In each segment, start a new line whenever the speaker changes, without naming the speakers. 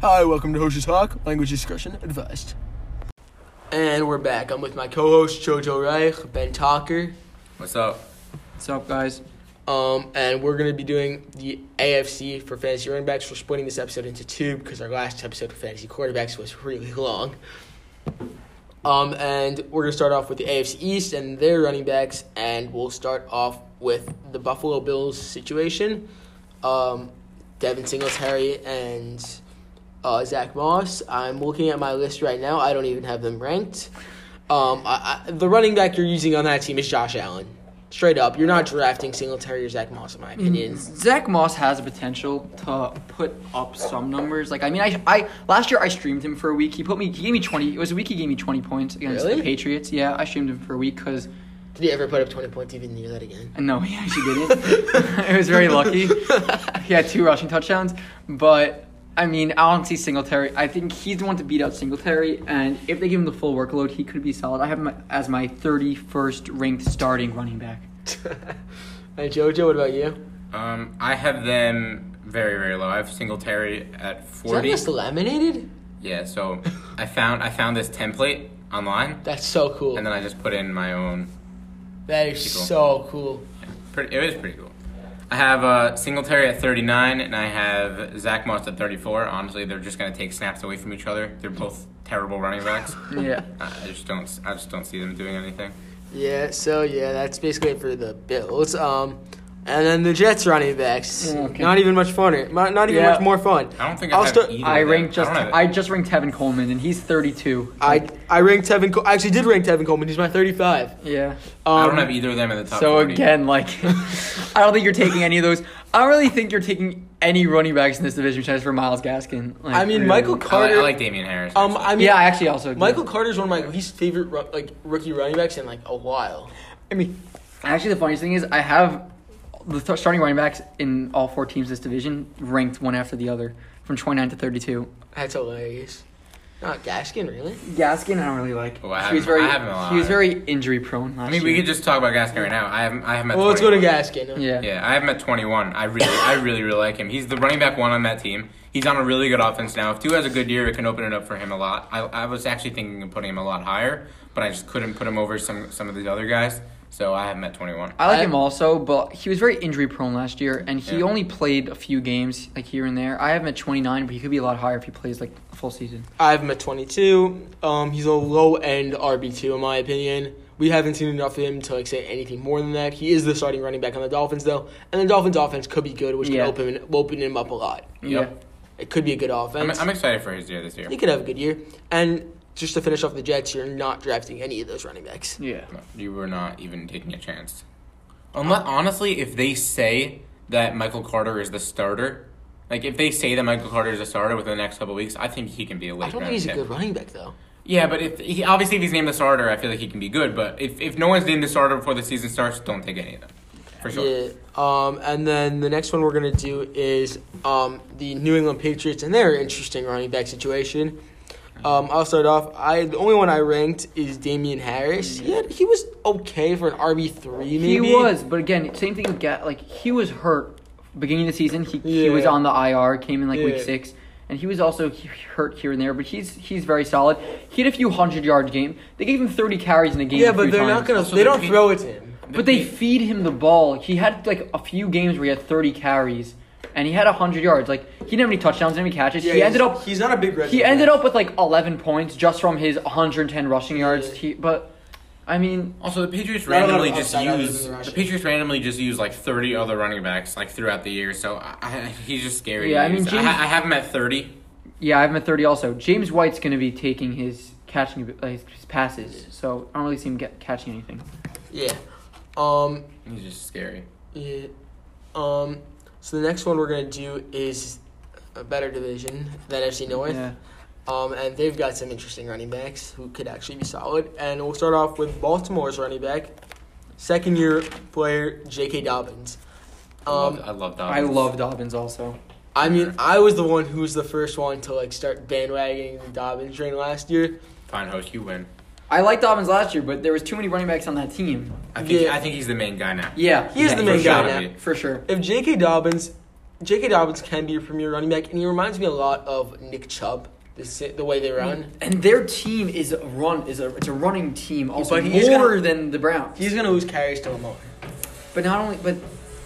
Hi, welcome to Hoshi's Talk, language discussion advised. And we're back. I'm with my co-host Jojo Reich, Ben Talker,
What's up?
What's up, guys?
um, and we're gonna be doing the AFC for fantasy running backs. We're splitting this episode into two because our last episode for fantasy quarterbacks was really long. Um, and we're gonna start off with the AFC East and their running backs, and we'll start off with the Buffalo Bills situation. Um, Devin Singletary and uh, Zach Moss. I'm looking at my list right now. I don't even have them ranked. Um, I, I, the running back you're using on that team is Josh Allen. Straight up, you're not drafting Singletary or Zach Moss, in my opinion.
Zach Moss has the potential to put up some numbers. Like, I mean, I, I last year I streamed him for a week. He put me, he gave me twenty. It was a week. He gave me twenty points against
Really?
the Patriots. Yeah, I streamed him for a week because
Did he ever put up 20 points even near that again?
no, he actually didn't. it was very lucky. he had two rushing touchdowns, but. I mean, I don't see Singletary. I think he's the one to beat out Singletary, and if they give him the full workload, he could be solid. I have him as my 31st ranked starting running back.
and Jojo, what about you?
Um, I have them very, very low. I have Singletary at
Is that
forty.
just laminated?
Yeah, so I found I found this template online,
That's so cool.
and then I just put in my own.
That is
Cool.
so cool.
Pretty, it was pretty cool. I have uh, Singletary at thirty nine, and I have Zach Moss at thirty four. Honestly, they're just gonna take snaps away from each other. They're both terrible running backs.
Yeah.
I I just don't. I just don't see them doing anything.
Yeah, so yeah, that's basically it for the Bills. Um, and then the Jets running backs.
Okay.
Not even much funner. Not, not even
Yeah.
much more fun.
I don't think
I'll
I have
start-
either.
I
of them.
ranked just
don't have-
I just ranked Tevin Coleman and he's 32.
I I ranked Tevin. Col- I actually did rank Tevin Coleman. He's my 35. Um,
Yeah.
I don't have either of them in the top.
So
40.
again, like, I don't think you're taking any of those. I don't really think you're taking any running backs in this division besides for Miles Gaskin. Like,
I mean,
really.
Michael
I like,
Carter.
I like Damian Harris.
um,
actually.
I mean,
yeah, I actually also agree.
Michael Carter's one of my least favorite ru- like rookie running backs in like a while.
I mean, actually, the funniest thing is I have the th- starting running backs in all four teams this division ranked one after the other from 29 to 32.
That's hilarious. Not Gaskin, really.
Gaskin, I don't really like.
Oh, I have
he was
him- I
very
have him a lot.
he was very injury prone last
I mean,
year.
we could just talk about Gaskin right now. I have, I have him at.
Well, let's go to
21.
Gaskin.
yeah.
Yeah, I have him at 21. I really, I really, really like him. He's the running back one on that team. He's on a really good offense now. If two has a good year, it can open it up for him a lot. I, I was actually thinking of putting him a lot higher, but I just couldn't put him over some some of these other guys. So I have him at 21.
I like
I-
him also, but he was very injury prone last year, and he
Yeah.
only played a few games, like here and there. I have him at 29, but he could be a lot higher if he plays like a full season.
I have him at 22. Um, he's a low end RB2 in my opinion. We haven't seen enough of him to like say anything more than that. He is the starting running back on the Dolphins though, and the Dolphins offense could be good, which
Yeah.
can open open him up a lot.
Yep.
It could be a good
I'm,
offense.
I'm excited for his year this year.
he could have a good year. And just to finish off the Jets, you're not drafting any of those running backs.
Yeah. Yeah.
You were not even taking a chance. Unless, honestly, if they say that Michael Carter is the starter, like if they say that Michael Carter is a starter within the next couple of weeks, I think he can be a late
I don't think
round
he's a
pick.
good running back though.
Yeah, but if he obviously if he's named the starter, I feel like he can be good. But if, if no one's named the starter before the season starts, don't take any of them. For sure.
Yeah. Um, and then the next one we're gonna do is um, the New England Patriots and their interesting running back situation. Um, I'll start off. I the only one I ranked is Damian Harris. Yeah, he was okay for an RB three.
He
Maybe
was, but again, same thing with Gat. Like he was hurt beginning of the season. He he was
Yeah.
on the IR, came in like week
Yeah.
six, and he was also he- hurt here and there. But he's he's very solid. He had a few hundred yard game. They gave him 30 carries in a game.
Yeah,
a few
but they're not
times.
gonna.
So
they
they're
don't
fe-
throw it to him.
But they feed him the ball. He had like a few games where he had 30 carries and he had 100 yards. Like he didn't have any touchdowns, didn't have any catches.
Yeah,
he
he's-
ended up
He's not a big. red
he
zone
ended
guy.
up with like 11 points just from his 110 rushing yards.
Yeah.
He, but I mean,
Also, the Patriots
Not a lot of
randomly just
upside other
use
than the
the
rushing.
Patriots randomly just use like thirty other running backs like throughout the year. So I, I, he's just scary. to
Yeah, I mean,
use.
James-
I, I have him at thirty.
yeah, I have him at 30 also. James White's going to be taking his catching uh, his his passes. So I don't really see him get, catching anything.
Yeah. Um.
He's just scary.
Yeah. Um. So the next one we're gonna do is a better division than FC North.
Yeah.
Um, and they've got some interesting running backs who could actually be solid. And we'll start off with Baltimore's running back, second year player J.K. Dobbins.
I love,
Um,
I love
I
Dobbins.
love Dobbins also.
I mean, I was the one who was the first one to like start bandwagoning the Dobbins train last year.
Fine host, you win.
I liked Dobbins last year, but there was too many running backs on that team.
I think
Yeah.
I think he's the main guy now.
Yeah.
He is
yeah,
the
for
main
sure.
guy
gotta
now.
be.
For sure.
If J.K. Dobbins J.K. Dobbins can be a premier running back, and he reminds me a lot of Nick Chubb, the, si- the way they run.
Mm. And their team is a run is a it's a running team also
But he's
more
gonna-
than the Browns.
He's going to lose carries to Lamar.
But not only but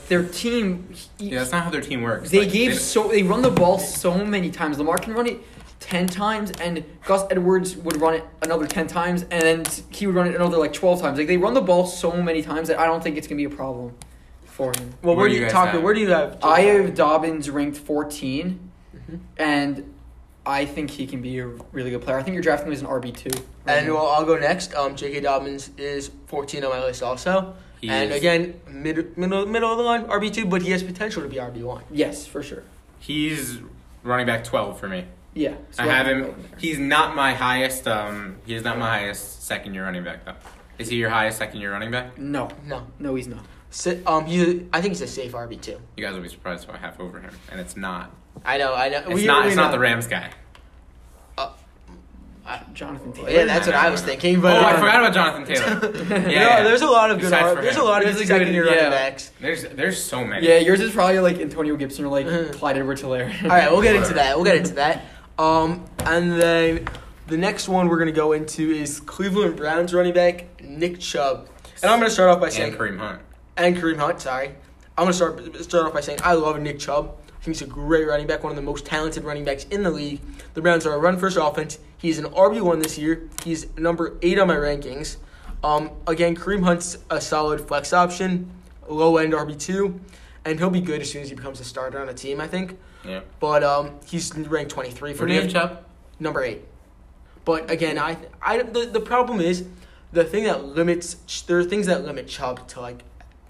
their team he-
Yeah, that's not how their team works.
they
Like,
gave
they-
so they run the ball so many times. Lamar can run it ten times, and Gus Edwards would run it another ten times, and then he would run it another like twelve times. Like they run the ball so many times that I don't think it's gonna be a problem for him.
Well, where,
Where
do
do
you,
you guys
Taco,
have-
where do you have? Mm-hmm.
I
J.K.
have Dobbins ranked 14, and I think he can be a really good player. I think you're drafting him as an RB two.
And
Mm-hmm.
well, I'll go next. Um, J.K. Dobbins is 14 on my list also.
He
and
is-
again, mid, middle middle of the line RB two, but he has potential to be RB one.
yes, for sure.
he's running back twelve for me.
Yeah, so
I have him. He's not my highest. Um, he is not my highest second year running back though. Is he your highest second year running back?
No,
No,
no, he's not.
Sa- um, he's a, I think he's a safe RB two.
You guys will be surprised if I have over him, and it's not.
I know, I know.
It's not. It's not the Rams guy.
Jonathan Taylor.
Uh, Yeah, that's what I was thinking. But
oh, I
uh,
forgot about Jonathan Taylor. yeah,
you know,
yeah.
there's a lot of good.
Besides
R-
for
there's a
him.
lot of
There's
good
a good-
second year
yeah.
running backs.
There's there's so many.
Yeah, yours is probably like Antonio Gibson or like
Mhm.
Clyde edwards hilaire
All right, we'll get into that. We'll get into that. Um, and then the next one we're gonna go into is Cleveland Browns running back Nick Chubb. And I'm gonna start off by saying
And Kareem Hunt.
and Kareem Hunt. Sorry, I'm gonna start start off by saying I love Nick Chubb. I think he's a great running back, one of the most talented running backs in the league. The Browns are a run first offense. He's an RB one this year. He's number eight on my rankings. Um, again, Kareem Hunt's a solid flex option, low end RB two, and he'll be good as soon as he becomes a starter on a team. I think,
Yeah.
but um, he's ranked twenty three for
Where do you
me
have Chubb?
number eight. But again, I, I the, the problem is the thing that limits there are things that limit Chubb to like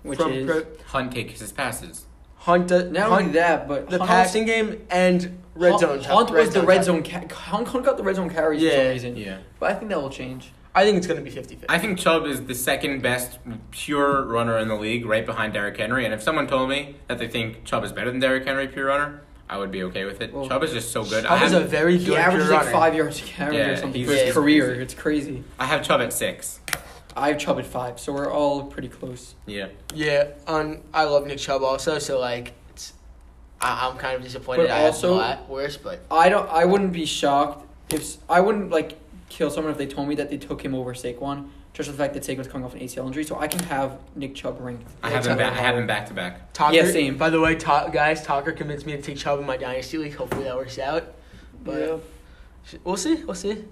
Which
from
is-
pro-
Hunt takes his passes.
Hunt, do-
Not
Hunt
only that, but
the
Hunt-
passing game and red
Hunt-
zone.
Hunt was the red
touch.
zone. Ca- Hunt, Hunt got the red zone carries for
Yeah.
some reason. But I think that will change.
I think it's gonna be 50 50.
I think Chubb is the second best pure runner in the league, right behind Derrick Henry. And if someone told me that they think Chubb is better than Derrick Henry pure runner, I would be okay with it.
Well,
Chubb is just so good. I
Chubb is a
have,
very good
He averages
pure
like
runner.
five yards a carry
Yeah,
or something
he's-
for his
yeah.
career. It's crazy.
I have Chubb at six.
I have Chubb at five, so we're all pretty close.
Yeah.
Yeah, um, I love Nick Chubb also, so like it's, I, I'm kind of disappointed.
But
I have
also-
a lot worse, but
I don't. I wouldn't be shocked if s- I wouldn't like kill someone if they told me that they took him over Saquon. Just the fact that Saquon's coming off an ACL injury, so I can have Nick Chubb ranked.
I have him back. I have him back to back.
Tucker.
Yeah, same.
By the way, Ta- guys, Tucker convinced me to take Chubb in my dynasty league. Hopefully that works out. But
Yeah.
We'll see. We'll see.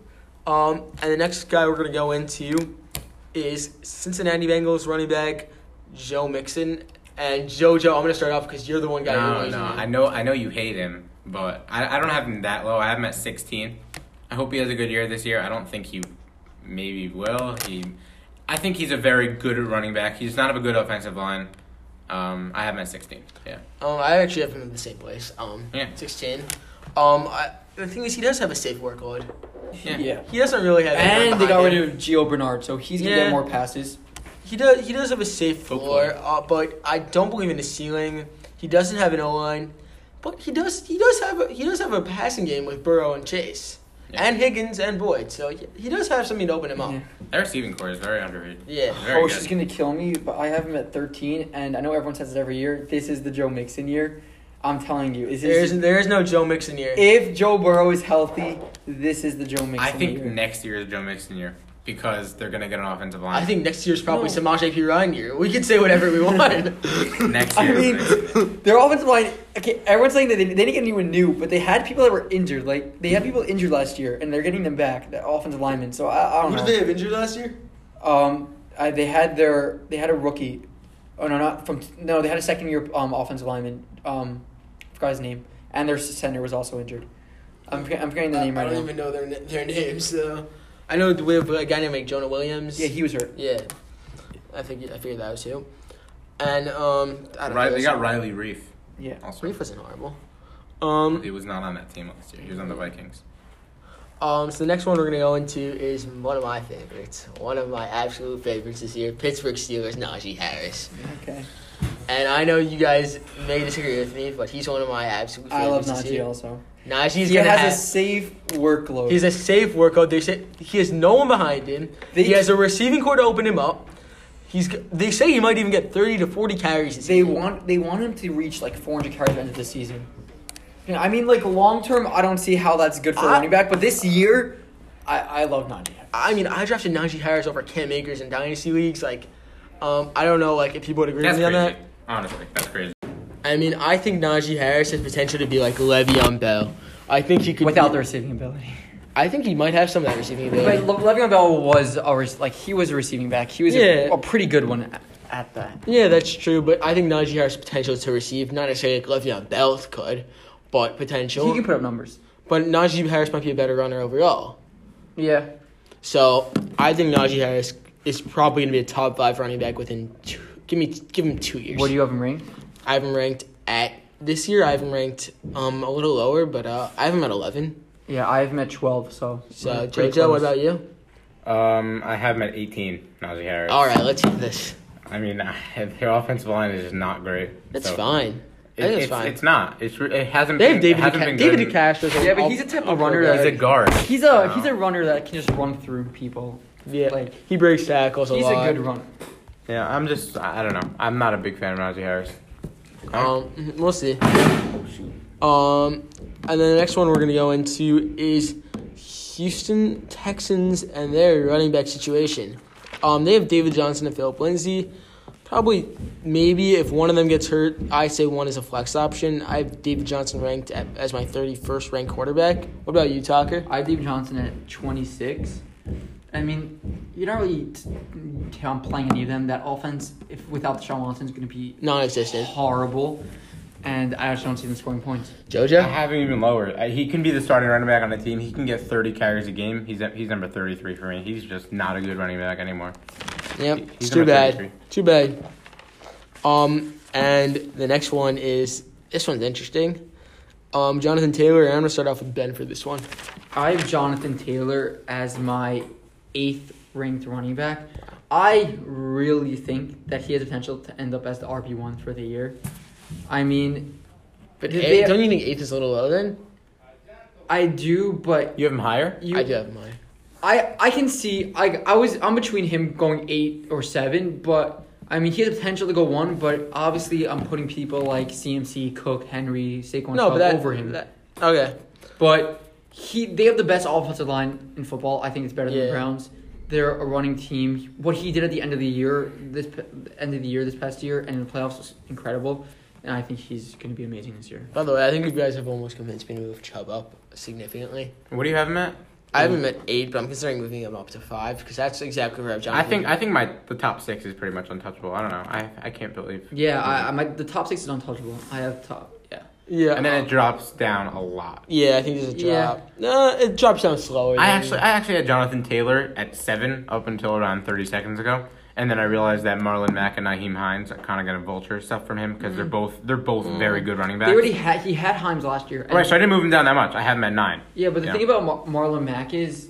Um, and the next guy we're gonna go into is Cincinnati Bengals running back Joe Mixon and JoJo. I'm gonna start off because you're the one guy. who
No,
knows
no.
me.
I know. I know you hate him, but I, I don't have him that low. I have him at sixteen. I hope he has a good year this year. I don't think he maybe will. He, I think he's a very good running back. He's not of a good offensive line. Um, I have him at sixteen. Yeah.
Um, I actually have him in the same place. Um,
Yeah.
16. Um, I, the thing is, he does have a safe workload.
Yeah.
Yeah.
He doesn't really have. anyone
And they got
behind
rid
him.
of Gio Bernard, so he's gonna
Yeah.
get more passes.
He does. He does have a safe floor,
Hopefully.
uh, but I don't believe in the ceiling. He doesn't have an O line, but he does. He does have. A, he does have a passing game with Burrow and Chase,
Yeah.
and Higgins and Boyd. So he he does have something to open him up.
Yeah.
Their receiving core is very underrated.
Yeah.
Very
Hosh is
good.
gonna kill me, but I have him at thirteen, and I know everyone says it every year. This is the Joe Mixon year. I'm telling you, is
There
this,
is there is no Joe Mixon here.
if Joe Burrow is healthy, this is the Joe Mixon
I think
year.
next year is Joe Mixon year because they're gonna get an offensive line.
I think next year's probably
No.
Samaj P Ryan year. We could say whatever we want.
next
I
year.
mean, their offensive line. Okay, everyone's saying that they, they didn't get anyone new, but they had people that were injured. Like they had people injured last year, and they're getting them back. The offensive linemen. So I, I don't know.
have injured last year?
Um, I, they had their they had a rookie. Oh no, not from no. They had a second year um offensive lineman. Um, forgot his name, and their center was also injured. I'm forget- I'm forgetting the
I,
name
I
right
don't
now.
even know their na- their names. So I know we have a guy named like, Jonah Williams.
Yeah, he was hurt.
Yeah, I figured I figured that was who. And um, I don't
Ri-
know.
they got Riley Reef.
Yeah.
Also,
Reef wasn't horrible. Um,
he was not on that team last year. He was on the Vikings.
um, so the next one we're gonna go into is one of my favorites, one of my absolute favorites this year, Pittsburgh Steelers Najee Harris.
Okay.
And I know you guys may disagree with me, but he's one of my absolute
I love
favorites. this
Najee
year.
also.
Najee's
he
gonna
has
have.
a safe workload.
He's a safe workout. They say he has no one behind him.
They-
he has a receiving core to open him up. He's g- they say he might even get thirty to forty carries. This
They
season.
want they want him to reach like 400 carries by the end of this season. You know, I mean, like long term, I don't see how that's good for a
I-
running back. But this year, I, I love Najee.
I mean, I drafted Najee Harris over Cam Akers in dynasty leagues. Like, um, I don't know, like if people would agree
That's
with me
crazy.
on that.
Honestly, that's crazy.
I mean, I think Najee Harris has potential to be like Le'Veon Bell. I think he could
without
be-
the receiving ability.
I think he might have some of that receiving
But
ability.
Le- Le'Veon Bell was a re- like he was a receiving back. He was
Yeah.
a, a pretty good one at, at that.
yeah, that's true. But I think Najee Harris potential to receive, not necessarily like Le'Veon Bell could, but
He
potential.
can put up numbers.
but Najee Harris might be a better runner overall.
Yeah.
So I think Najee Harris is probably going to be a top five running back within two, give me give him two years.
What do you have him ranked?
I have him ranked at this year. I have him ranked um a little lower, but uh, I have him at eleven.
Yeah, I have him at 12. So.
So
we're pretty
JoJo, what
close.
about you?
Um, I have him at 18, Najee Harris.
All right, let's do this.
I mean, their offensive line is just not great.
That's
so-
fine. I
It-
think it's,
it's,
fine.
it's not. It's re- it hasn't.
they
been,
have
it
David
hasn't
DeCa-
been
David
good.
DeCastro's a-
Yeah, but
I'll-
he's a type
I'll
of
go
runner
back.
He's a guard.
He's a
No.
he's a runner that can just run through people.
yeah.
like-
he breaks tackles a
He's
lot.
a good runner.
Yeah, I'm just. I I don't know. I'm not a big fan of Najee Harris.
Um, mhm, we'll see. Um, and then the next one we're gonna go into is Houston Texans and their running back situation. Um, they have David Johnson and Philip Lindsay. Probably, maybe if one of them gets hurt, I say one is a flex option. I have David Johnson ranked at, as my thirty-first ranked quarterback. What about you, Tucker?
I have David Johnson at 26. I mean, you're not really t- downplaying any of them. That offense, if without Deshaun Watson, is going to be
Non-existent.
horrible. And I just don't see them scoring points.
I
Jojo.
haven't even lowered. I, he can be the starting running back on the team. He can get 30 carries a game. He's at- he's number 33 for me. He's just not a good running back anymore.
Yep.
He's
It's too
number
bad.
33.
Too bad. Um, and the next one is this one's interesting. Um, Jonathan Taylor. and I'm gonna start off with Ben for this one.
I have Jonathan Taylor as my eighth ranked running back. I really think that he has potential to end up as the RB1 for the year. I mean,
But
Did
eight-
they-
don't you think eighth is a little low then?
I do, but
You have him higher?
you,
I do have mine.
I I can see I I was I'm between him going eight or seven, but I mean he has the potential to go one, but obviously I'm putting people like CMC, Cook, Henry, Saquon
No,
Chubb
but that,
over him.
that- okay.
but he they have the best offensive line in football. I think it's better than
Yeah.
the Browns. They're a running team. What he did at the end of the year, this p- end of the year, this past year, and in the playoffs was incredible. And I think he's going to be amazing this year.
By the way, I think you guys have almost convinced me to move Chubb up significantly.
What do you have him at?
I haven't met eight, but I'm considering moving him up to five because that's exactly where I've
I
Jonathan.
think I think my the top six is pretty much untouchable. I don't know. I I can't believe.
Yeah, I, I my, the top six is untouchable. I have top. Yeah,
yeah,
And then it drops down a lot.
yeah, I think there's a
Yeah.
drop. No, it drops down slower.
I
than-
actually, I actually had Jonathan Taylor at seven up until around 30 seconds ago, and then I realized that Marlon Mack and Naheem Hines are kind of gonna vulture stuff from him because they're both they're both very good running
Mm. they
backs.
already had he had Himes last year. and-
right, so I didn't move him down that much. I had him at nine.
Yeah, but the
Yeah.
thing about Mar- Marlon Mack is,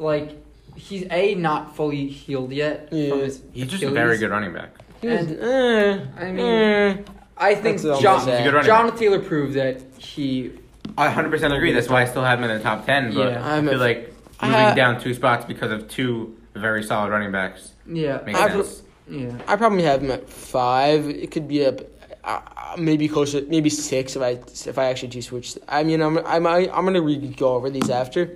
like, he's a not fully healed yet.
Yeah.
From his
He's just a
Achilles.
very good running back.
He was-
and-
eh,
I mean,
eh.
I think
That's what I'm
John,
gonna say. He's a
good running
Jonathan Taylor proved that he.
I 100 percent agree. That's why I still have him in the top 10. But
Yeah.
I
I'm
feel
a-
like
I
moving
ha-
down two spots because of two very solid running backs
Yeah.
makes
I-
sense.
yeah.
I probably have him at five. It could be a uh, maybe closer, maybe six if I if I actually do switch. I mean, I'm I'm I'm gonna re- go over these after,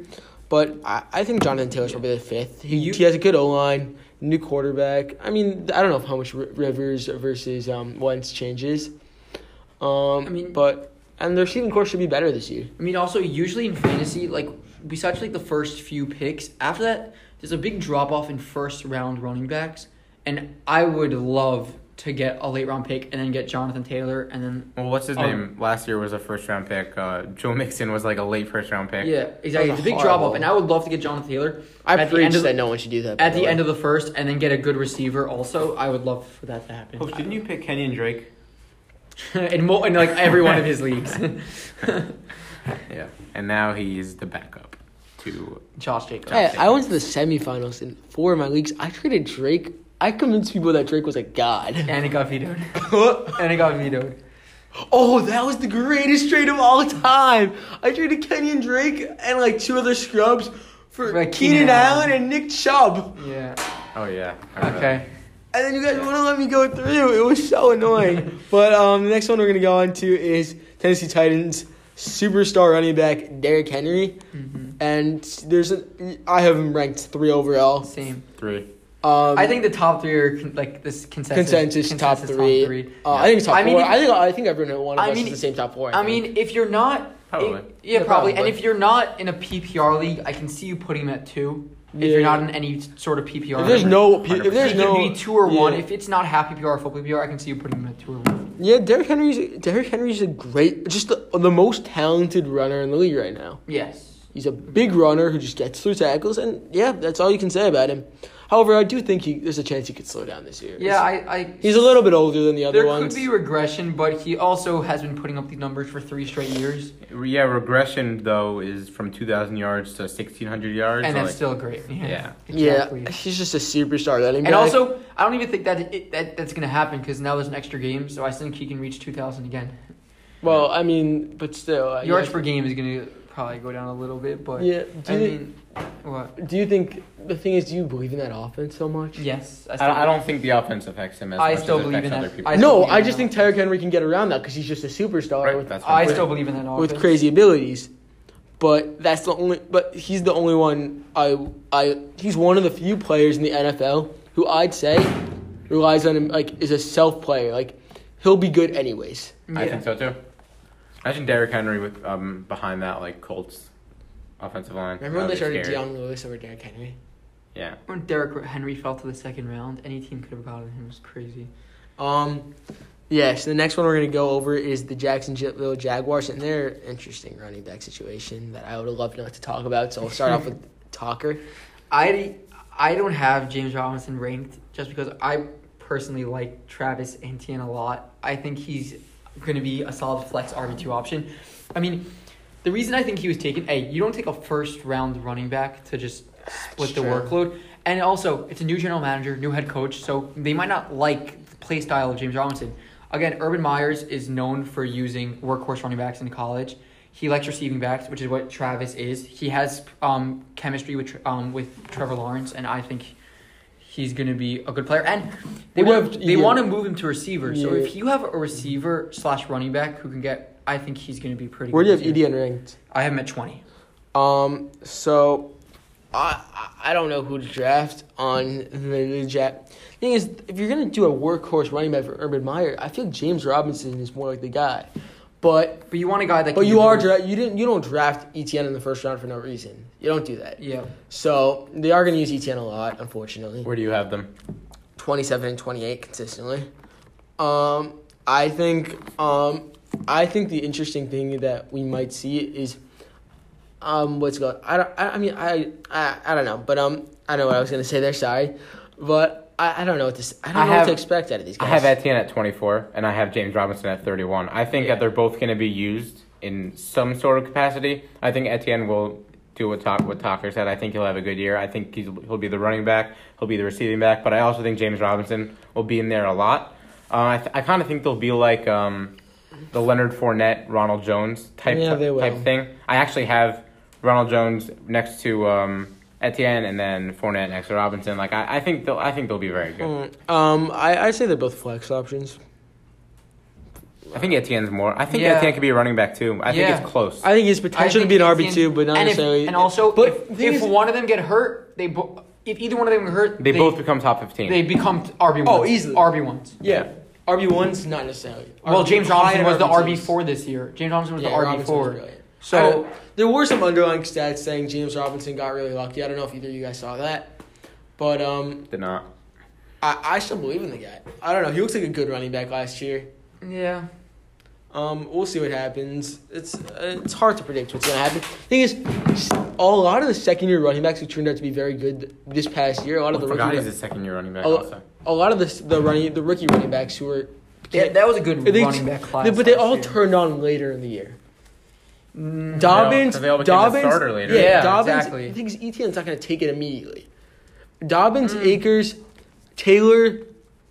but I, I think Jonathan Taylor's probably the fifth. He
You-
he has a good O line, new quarterback. I mean, I don't know how much R- Rivers versus um Wentz changes. Um,
I mean-
but and their receiving core should be better this year.
I mean, also usually in fantasy, like besides like the first few picks, after that there's a big drop off in first round running backs, and I would love to get a late round pick and then get Jonathan Taylor and then.
Well, what's his
Um,
name? Last year was a first round pick. Uh, Joe Mixon was like a late first round pick.
Yeah, exactly.
was
It's a big drop
horrible.
off, and I would love to get Jonathan Taylor.
I
at the
preach
end of the-
that no one should do that. by
at the
way.
end of the first and then get a good receiver also i would love for that to
Hope,
happen
didn't you pick Kenyon Drake?
in, mo- in like every one of his leagues
Yeah. And now he's the backup to.
josh jacobs
Hey, I went to the semifinals in four of my leagues. I traded Drake. I convinced people that Drake was a god.
and it got vetoed and it got vetoed
Oh, that was the greatest trade of all time. I traded Kenyon Drake and like two other scrubs for
Right,
Keenan
Keenan
Allen
Allen.
and Nick Chubb.
yeah
Oh yeah. I remember
okay
And then you guys wouldn't let me go through. It was so annoying. but um, the next one we're going to go on to is Tennessee Titans superstar running back Derrick Henry. Mm-hmm. And there's a, I have him ranked three overall.
Same.
Three.
Um,
I think the top three are con- like this consensus.
consensus, top, three. Uh, I think it's top
I mean,
four.
if-
I think I think every one of
I
us
mean,
is the same top four.
I
think.
mean, if you're not,
Probably.
if- yeah,
Yeah,
probably.
probably.
And if you're not in a PPR league, I can see you putting him at two. If you're
Yeah.
not in any sort of PPR,
if there's no if there's
he
no
could be two or one.
yeah.
If it's not half PPR or full PPR, I can see you putting him at two or one.
Yeah, Derrick Henry's Derrick Henry's a great, just the, the most talented runner in the league right now.
Yes.
He's a big runner who just gets through tackles, and yeah, that's all you can say about him. However, I do think he, there's a chance he could slow down this year.
Yeah, I. I
he's a little bit older than the other
there
ones.
could be regression, but he also has been putting up these numbers for three straight years,
Yeah, regression though is from 2,000 yards to 1,600 yards.
and
so,
that's
like,
still great. Yeah.
Yeah.
Exactly.
Yeah, he's just a superstar running
And
back.
also, I don't even think that it, that that's gonna happen because now there's an extra game, so I think he can reach 2,000 again.
well, I mean, but still, uh,
Yards
yeah.
per game is gonna probably go down a little bit, but
yeah. Do
I
you, thi-
mean, what?
do you think the thing is? Do you believe in that offense so much?
Yes,
I don't, I don't think the offense affects him as
I
much
still
as it
believe
affects
in
other
that.
people.
I still
no,
believe
I
in
just
that
think Tyreek Henry can get around that because he's just a superstar
Right,
with
that's
I
With-
still believe in that offense.
with crazy abilities. But that's the only. But he's the only one. I I he's one of the few players in the NFL who I'd say relies on him like is a self player. Like he'll be good anyways.
I
Yeah.
think so too. Imagine Derrick Henry with um behind that like Colts offensive line.
Remember when
That
they
would be
started
scary.
Deion Lewis over Derrick Henry?
Yeah.
When Derrick Henry fell to the second round, any team could have gotten him. It was crazy.
Um, yeah. So the next one we're gonna go over is the Jacksonville Jaguars and their interesting running back situation that I would have loved not to talk about. So we'll start off with Talker.
I I don't have James Robinson ranked just because I personally like Travis Etienne a lot. I think he's going to be a solid flex RB two option. I mean, the reason I think he was taken, a you don't take a first round running back to just split the
true.
workload, and also it's a new general manager, new head coach, so they might not like the play style of James Robinson. Again, Urban Myers is known for using workhorse running backs in college. He likes receiving backs, which is what Travis is. He has um, chemistry with Tr- um, with Trevor Lawrence, and I think he's going to be a good player. And they
What
want
about-
they
yeah.
want to move him to receiver. So
Yeah.
if you have a receiver slash running back who can get, I think he's going to be pretty.
Where do you
good
have
this year.
EDN ranked?
I have him at twenty.
Um. So, I I- I don't know who to draft on the new Jack. Thing is, if you're gonna do a workhorse running back for Urban Meyer, I feel James Robinson is more like the guy. But
But you want a guy that.
but
can
you
do
are
both.
dra- you didn't you don't draft ETN in the first round for no reason. You don't do that.
Yeah.
So they are gonna use ETN a lot, unfortunately.
Where do you have them?
Twenty-seven and twenty-eight consistently. Um, I think um, I think the interesting thing that we might see is um, what's going. I don't. I, I mean, I, I I don't know, but um, I know what I was gonna say there. Sorry, but I, I don't know what to. s- I don't
I
know what
have-
to expect out of these
I
guys.
have Etienne at 24, and I have James Robinson at 31. I think
Yeah.
that they're both going to be used in some sort of capacity. I think Etienne will do what talk what Talker said. I think he'll have a good year. I think he's, he'll be the running back. He'll be the receiving back. But I also think James Robinson will be in there a lot. Uh, I th- I kind of think they'll be like um, the Leonard Fournette, Ronald Jones type
Yeah, they will.
type thing. I actually have Ronald Jones next to um, Etienne, and then Fournette next to Robinson. Like I, I think they'll I think they'll be very good.
Mm, um, I I say they're both flex options.
I think Etienne's more. I think
Yeah.
Etienne could be a running back too. I think
Yeah.
it's close.
I think he's
I
potentially to
think
be an
Etienne-
RB two, but not
and if-
necessarily.
and also,
but
if,
the thing is-
if one of them get hurt, they bo- if either one of them get hurt,
they, both become top fifteen.
they become RB ones.
Oh, easily.
RB ones.
yeah, RB one's not necessarily.
Well, James Robinson was the RB
RB4.
four this year. James Robinson was
Yeah,
the RB
Robinson was
four.
brilliant.
So
So there were some underlying stats saying James Robinson got really lucky. I don't know if either of you guys saw that, but um,
did not.
I, I still believe in the guy. I don't know. He looks like a good running back last year.
yeah,
Um, we'll see what happens. It's uh, it's hard to predict what's gonna happen. Thing is, s- a lot of the second year running backs who turned out to be very good this past year. A lot of
I
the
forgot
rookie,
he's a second year running back.
a,
also,
a lot of the s- the running the rookie running backs who were
yeah, that was a good
they-
running back class.
they- but they
last
all
year.
turned on later in the year.
Mm,
Dobbins,
they all became a
Dobbins,
starter later.
Yeah,
Yeah,
Dobbins.
exactly.
The thing is, Etienne's not going to take it immediately. Dobbins,
Hmm.
Akers, Taylor,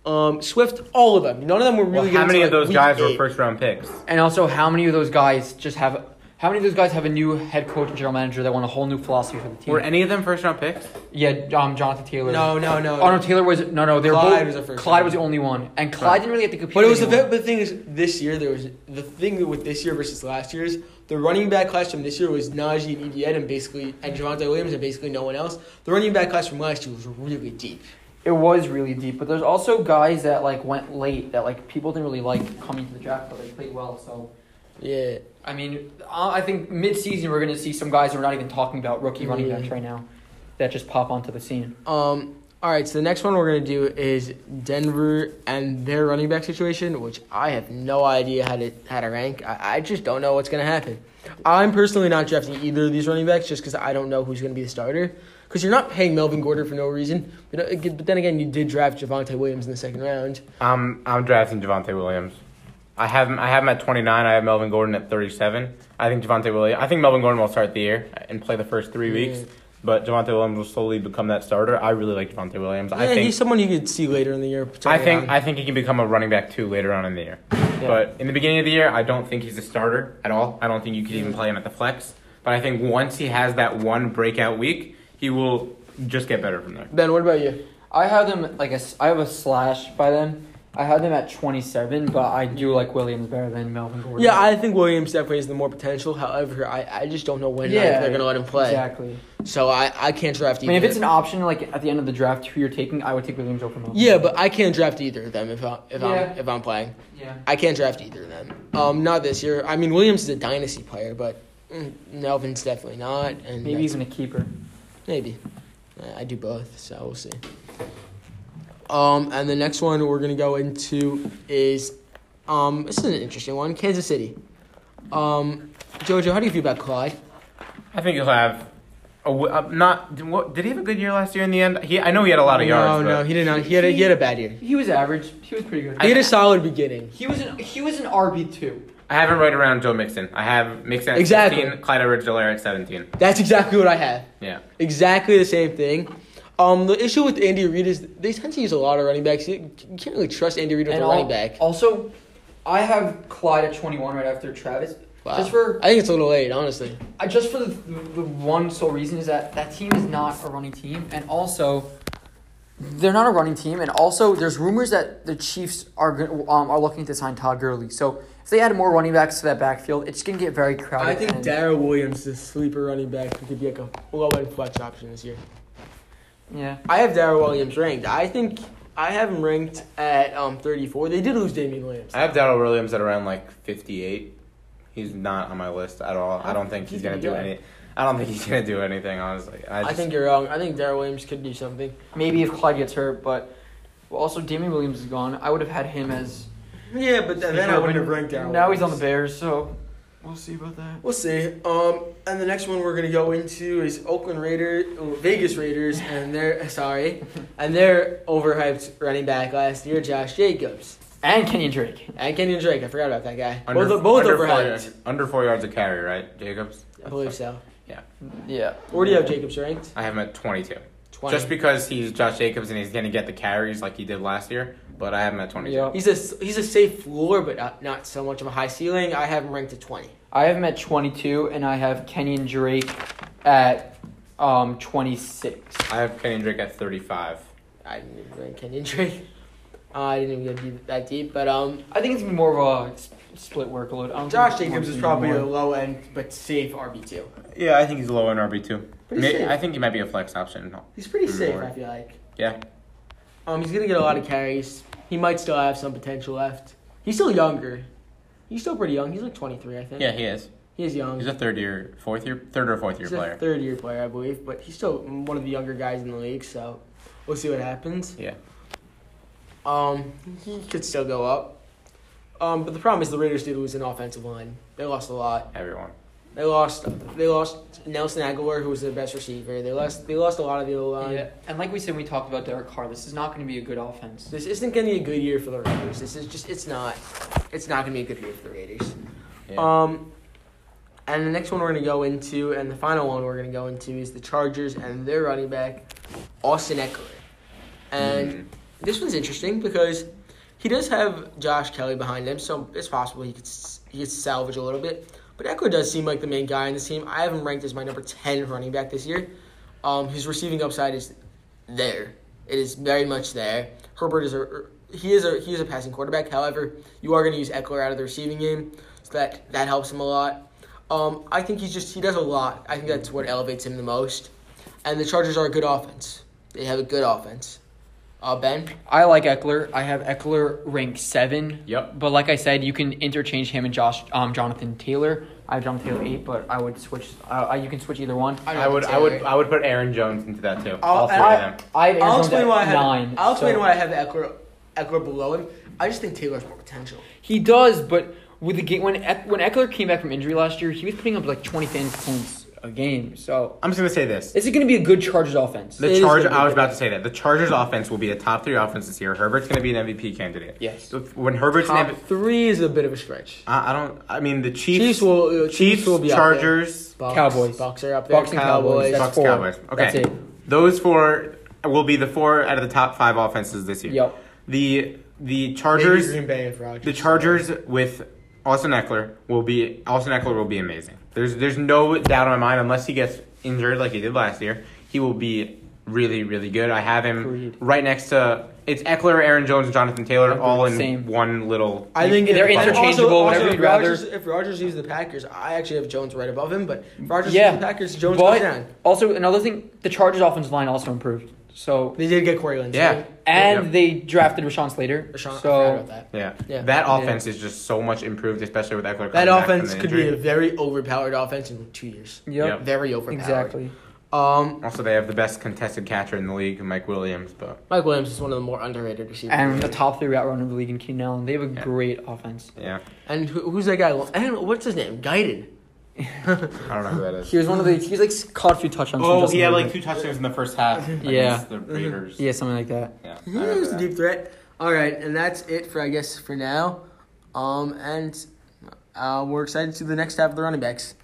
um, Swift, all of them. None of them were really.
well,
good
how many
until, like,
of those
week
guys were
eight.
first round picks?
And also, how many of those guys just have How many of those guys have a new head coach and general manager that want a whole new philosophy for the team?
Were any of them first round picks?
yeah, um, Jonathan Taylor.
No, no, no.
Oh no, Taylor was no, no. They were
Clyde
both-
was the first
Clyde
one.
was the only one, and Clyde
Right.
didn't really have to compete.
But it was the
anymore.
but the thing is this year there was the thing with this year versus last year's the running back class from this year was Najee and EDN and basically and Javante Williams and basically no one else. The running back class from last year was really deep.
It was really deep, but there's also guys that like went late that like people didn't really like coming to the draft, but they played well. So
Yeah.
I mean, uh, I think mid-season we're gonna see some guys we're not even talking about rookie running
Yeah.
backs right now that just pop onto the scene.
Um. All right. So the next one we're gonna do is Denver and their running back situation, which I have no idea how to how to rank. I, I just don't know what's gonna happen. I'm personally not drafting either of these running backs just because I don't know who's gonna be the starter. Because you're not paying Melvin Gordon for no reason. But, uh, but then again, you did draft Javante Williams in the second round.
Um, I'm drafting Javante Williams. I have him, I have him at 29. I have Melvin Gordon at 37. I think Javante Williams. I think Melvin Gordon will start the year and play the first three
Yeah.
weeks. But Javante Williams will slowly become that starter. I really like Javante Williams. I
yeah,
think
he's someone you could see later in the year.
I think I think he can become a running back too later on in the year. But in the beginning of the year, I don't think he's a starter at all. I don't think you could even play him at the flex. But I think once he has that one breakout week, he will just get better from there.
ben, what about you?
I have them like a s- I have a slash by them. I had them at 27, but I do like Williams better than Melvin Gordon.
Yeah, I think Williams definitely has the more potential. However, I, I just don't know when like,
Yeah,
they're going to let him play.
exactly.
So I, I can't draft
I
either.
mean, if it's an option like at the end of the draft who you're taking, I would take Williams over Melvin.
Yeah, but I can't draft either of them if I'm if
Yeah.
I'm if I'm playing.
yeah.
I can't draft either of them. Um, not this year. I mean, Williams is a dynasty player, but mm, Melvin's definitely not. And
Maybe
that's-
even a keeper.
maybe. I- I do both, so we'll see. Um, and the next one we're gonna go into is, um, this is an interesting one, Kansas City. Um, Jojo, how do you feel about Clyde?
I think he'll have. A, w- uh, not did- what, did he have a good year last year in the end? He I know he had a lot of yards.
No, no,
but
he did not. He had a, he had a bad year.
He was average. He was pretty good.
He had a solid beginning.
he was an he was an RB two.
I have him right around Joe Mixon. I have Mixon at
Exactly.
16, Clyde Edwards-Helaire at 17.
That's exactly what I had.
Yeah,
Exactly the same thing. Um, the issue with Andy Reid is they tend to use a lot of running backs. You you can't really trust Andy Reid with a
al-
running back.
Also, I have Clyde at 21 right after Travis.
Wow.
Just for
I think it's a little late, honestly.
I- just for the, the one sole reason is that that team is not a running team, and also they're not a running team, and also there's rumors that the Chiefs are go- um, are looking to sign Todd Gurley. So if they add more running backs to that backfield, it's gonna get very crowded.
I think
and-
Darrell Williams is a sleeper running back who could be like a low end flex option this year.
yeah.
I have Darrell Williams ranked. I think I have him ranked at um 34. They did lose Damian Williams.
I have Darrell Williams at around like 58. He's not on my list at all. I don't think he's gonna do any. I don't think he's gonna do anything. Honestly, I,
I,
just,
think you're wrong. I think Darrell Williams could do something.
Maybe if Clyde gets hurt, but well, also Damian Williams is gone. I would have had him as
Yeah, but then,
then I wouldn't have
ranked
now he's on the Bears, so we'll see about that.
We'll see. Um, and the next one we're gonna go into is Oakland Raiders, oh, Vegas Raiders, and their sorry, and their overhyped running back last year, Josh Jacobs
And Kenyon Drake.
and Kenyon Drake. I forgot about that guy.
under,
both both
under four,
overhyped.
yards, under four yards a carry, right, Jacobs?
I believe so.
Yeah.
Where do you have Jacobs ranked?
I have him at 22.
20.
Just because he's Josh Jacobs and he's gonna get the carries like he did last year, but I have him at 22.
Yeah.
he's a he's a safe floor, but not, not so much of a high ceiling. I have him ranked at twenty.
I have him at 22, and I have Kenyon Drake at um 26.
I have Kenny Drake at 35.
I didn't even rank Kenyon Drake. Uh, I didn't even go deep, that deep, but um,
I think it's gonna be more of a s- split workload. I don't
Josh
think
Jacobs
it's
is
gonna be
probably a
more.
low end but safe RB two.
Yeah, I think he's low in RB two.
Pretty safe.
I think he might be a flex option.
He's pretty safe.
Lord.
I feel like.
Yeah,
Um, he's gonna get a lot of carries. He might still have some potential left. He's still younger. He's still pretty young. He's like 23, I think.
yeah, he is.
He is young.
He's a third year, fourth year, third or fourth year
He's a
player.
third year player, I believe, but he's still one of the younger guys in the league. So we'll see what happens.
Yeah.
Um, he could still go up. Um, but the problem is the Raiders did lose an offensive line. They lost a lot.
Everyone.
They lost. They lost Nelson Aguilar, who was their best receiver. They lost. They lost a lot of the O line.
Yeah. And like we said, we talked about Derek Carr. This is not gonna be a good offense.
This isn't gonna be a good year for the Raiders. This is just it's not it's not gonna be a good year for the Raiders.
Yeah.
Um and the next one we're gonna go into and the final one we're gonna go into is the Chargers and their running back, Austin Eckler. And
Mm.
this one's interesting because he does have Josh Kelly behind him, so it's possible he could s- he could salvage a little bit. But Eckler does seem like the main guy in this team. I have him ranked as my number 10 running back this year. Um, his receiving upside is there. It is very much there. Herbert is a er, he is a he is a passing quarterback. However, you are going to use Eckler out of the receiving game, so that that helps him a lot. Um, I think he's just he does a lot. I think that's what elevates him the most. And the Chargers are a good offense. They have a good offense. Uh, ben,
I like Eckler. I have Eckler rank seven.
Yep.
But like I said, you can interchange him and Josh, um, Jonathan Taylor. I have Jonathan Taylor eight, but I would switch. Uh, I- you can switch either one.
I
I would, I would, I would put Aaron Jones into that too.
I'll-
All three
I-
of them.
I have
I'll
Arizona
explain
at
why I have.
nine.
I'll explain
so-
why I have Eckler, Eckler below him. I just think Taylor has more potential.
He does, but with the game when Eck- when Eckler came back from injury last year, he was putting up like twenty fantasy points a game. So
I'm just gonna say this:
is it going to be a good Chargers offense?
the
It is
Chargers.
gonna be
I was
good.
about to say that the Chargers offense will be a top three offense this year. Herbert's gonna be an MVP candidate.
Yes.
So When Herbert's an
Top
MVP,
three is a bit of a stretch.
I, I don't. I mean, the Chiefs.
Chiefs will. Uh, Chiefs,
Chiefs,
will be Up
Chargers,
there. Bucks,
Cowboys.
Bucks are up there.
Bucks and Cowboys.
Cowboys.
That's
Bucks,
four.
Cowboys. Okay.
That's it.
Those four will be the four out of the top five offenses this year.
Yep.
The the
Maybe
Chargers.
Green Bay if Rodgers.
The Chargers with Austin Eckler will be Austin Eckler will be amazing. There's there's no doubt in my mind unless he gets injured like he did last year, he will be really really good. I have him
Agreed.
right next to it's Eckler, Aaron Jones, and Jonathan Taylor
Agreed,
all in
same.
one little.
I think
They're
if-
interchangeable,
Also,
whatever
also, if
you'd rather.
Rodgers, if Rodgers leaves the Packers, I actually have Jones right above him. But if Rodgers
Yeah,
leaves the Packers, Jones
but
goes down.
also another thing, the Chargers offensive line also improved. So
They did get Corey Lindsey.
Yeah.
and
Yep.
they drafted Rashawn Slater.
Rashawn, I forgot
so
about that.
Yeah.
Yeah.
that offense is just so much improved, especially with Eckler.
That
coming back from
offense
the
could be a
injury.
very overpowered offense in two years.
yep,
Yep.
Very overpowered.
exactly.
Um,
Also, they have the best contested catcher in the league, Mike Williams. But
Mike Williams is one of the more underrated receivers.
And the top three route runner of the league in Keenan Allen. They have a
Yeah.
great offense.
yeah,
And who, who's that guy? And what's his name? Guided.
I don't know who that is.
He was one of the he's like caught a few touchdowns. from
Oh,
Justin
he had
Herbert.
like two touchdowns in the first half
Yeah.
against the Raiders.
yeah, something like that.
Yeah, I
He
remember
was a
that.
deep threat. All right, and that's it for I guess for now. Um, and uh, we're excited to see the next half of the running backs.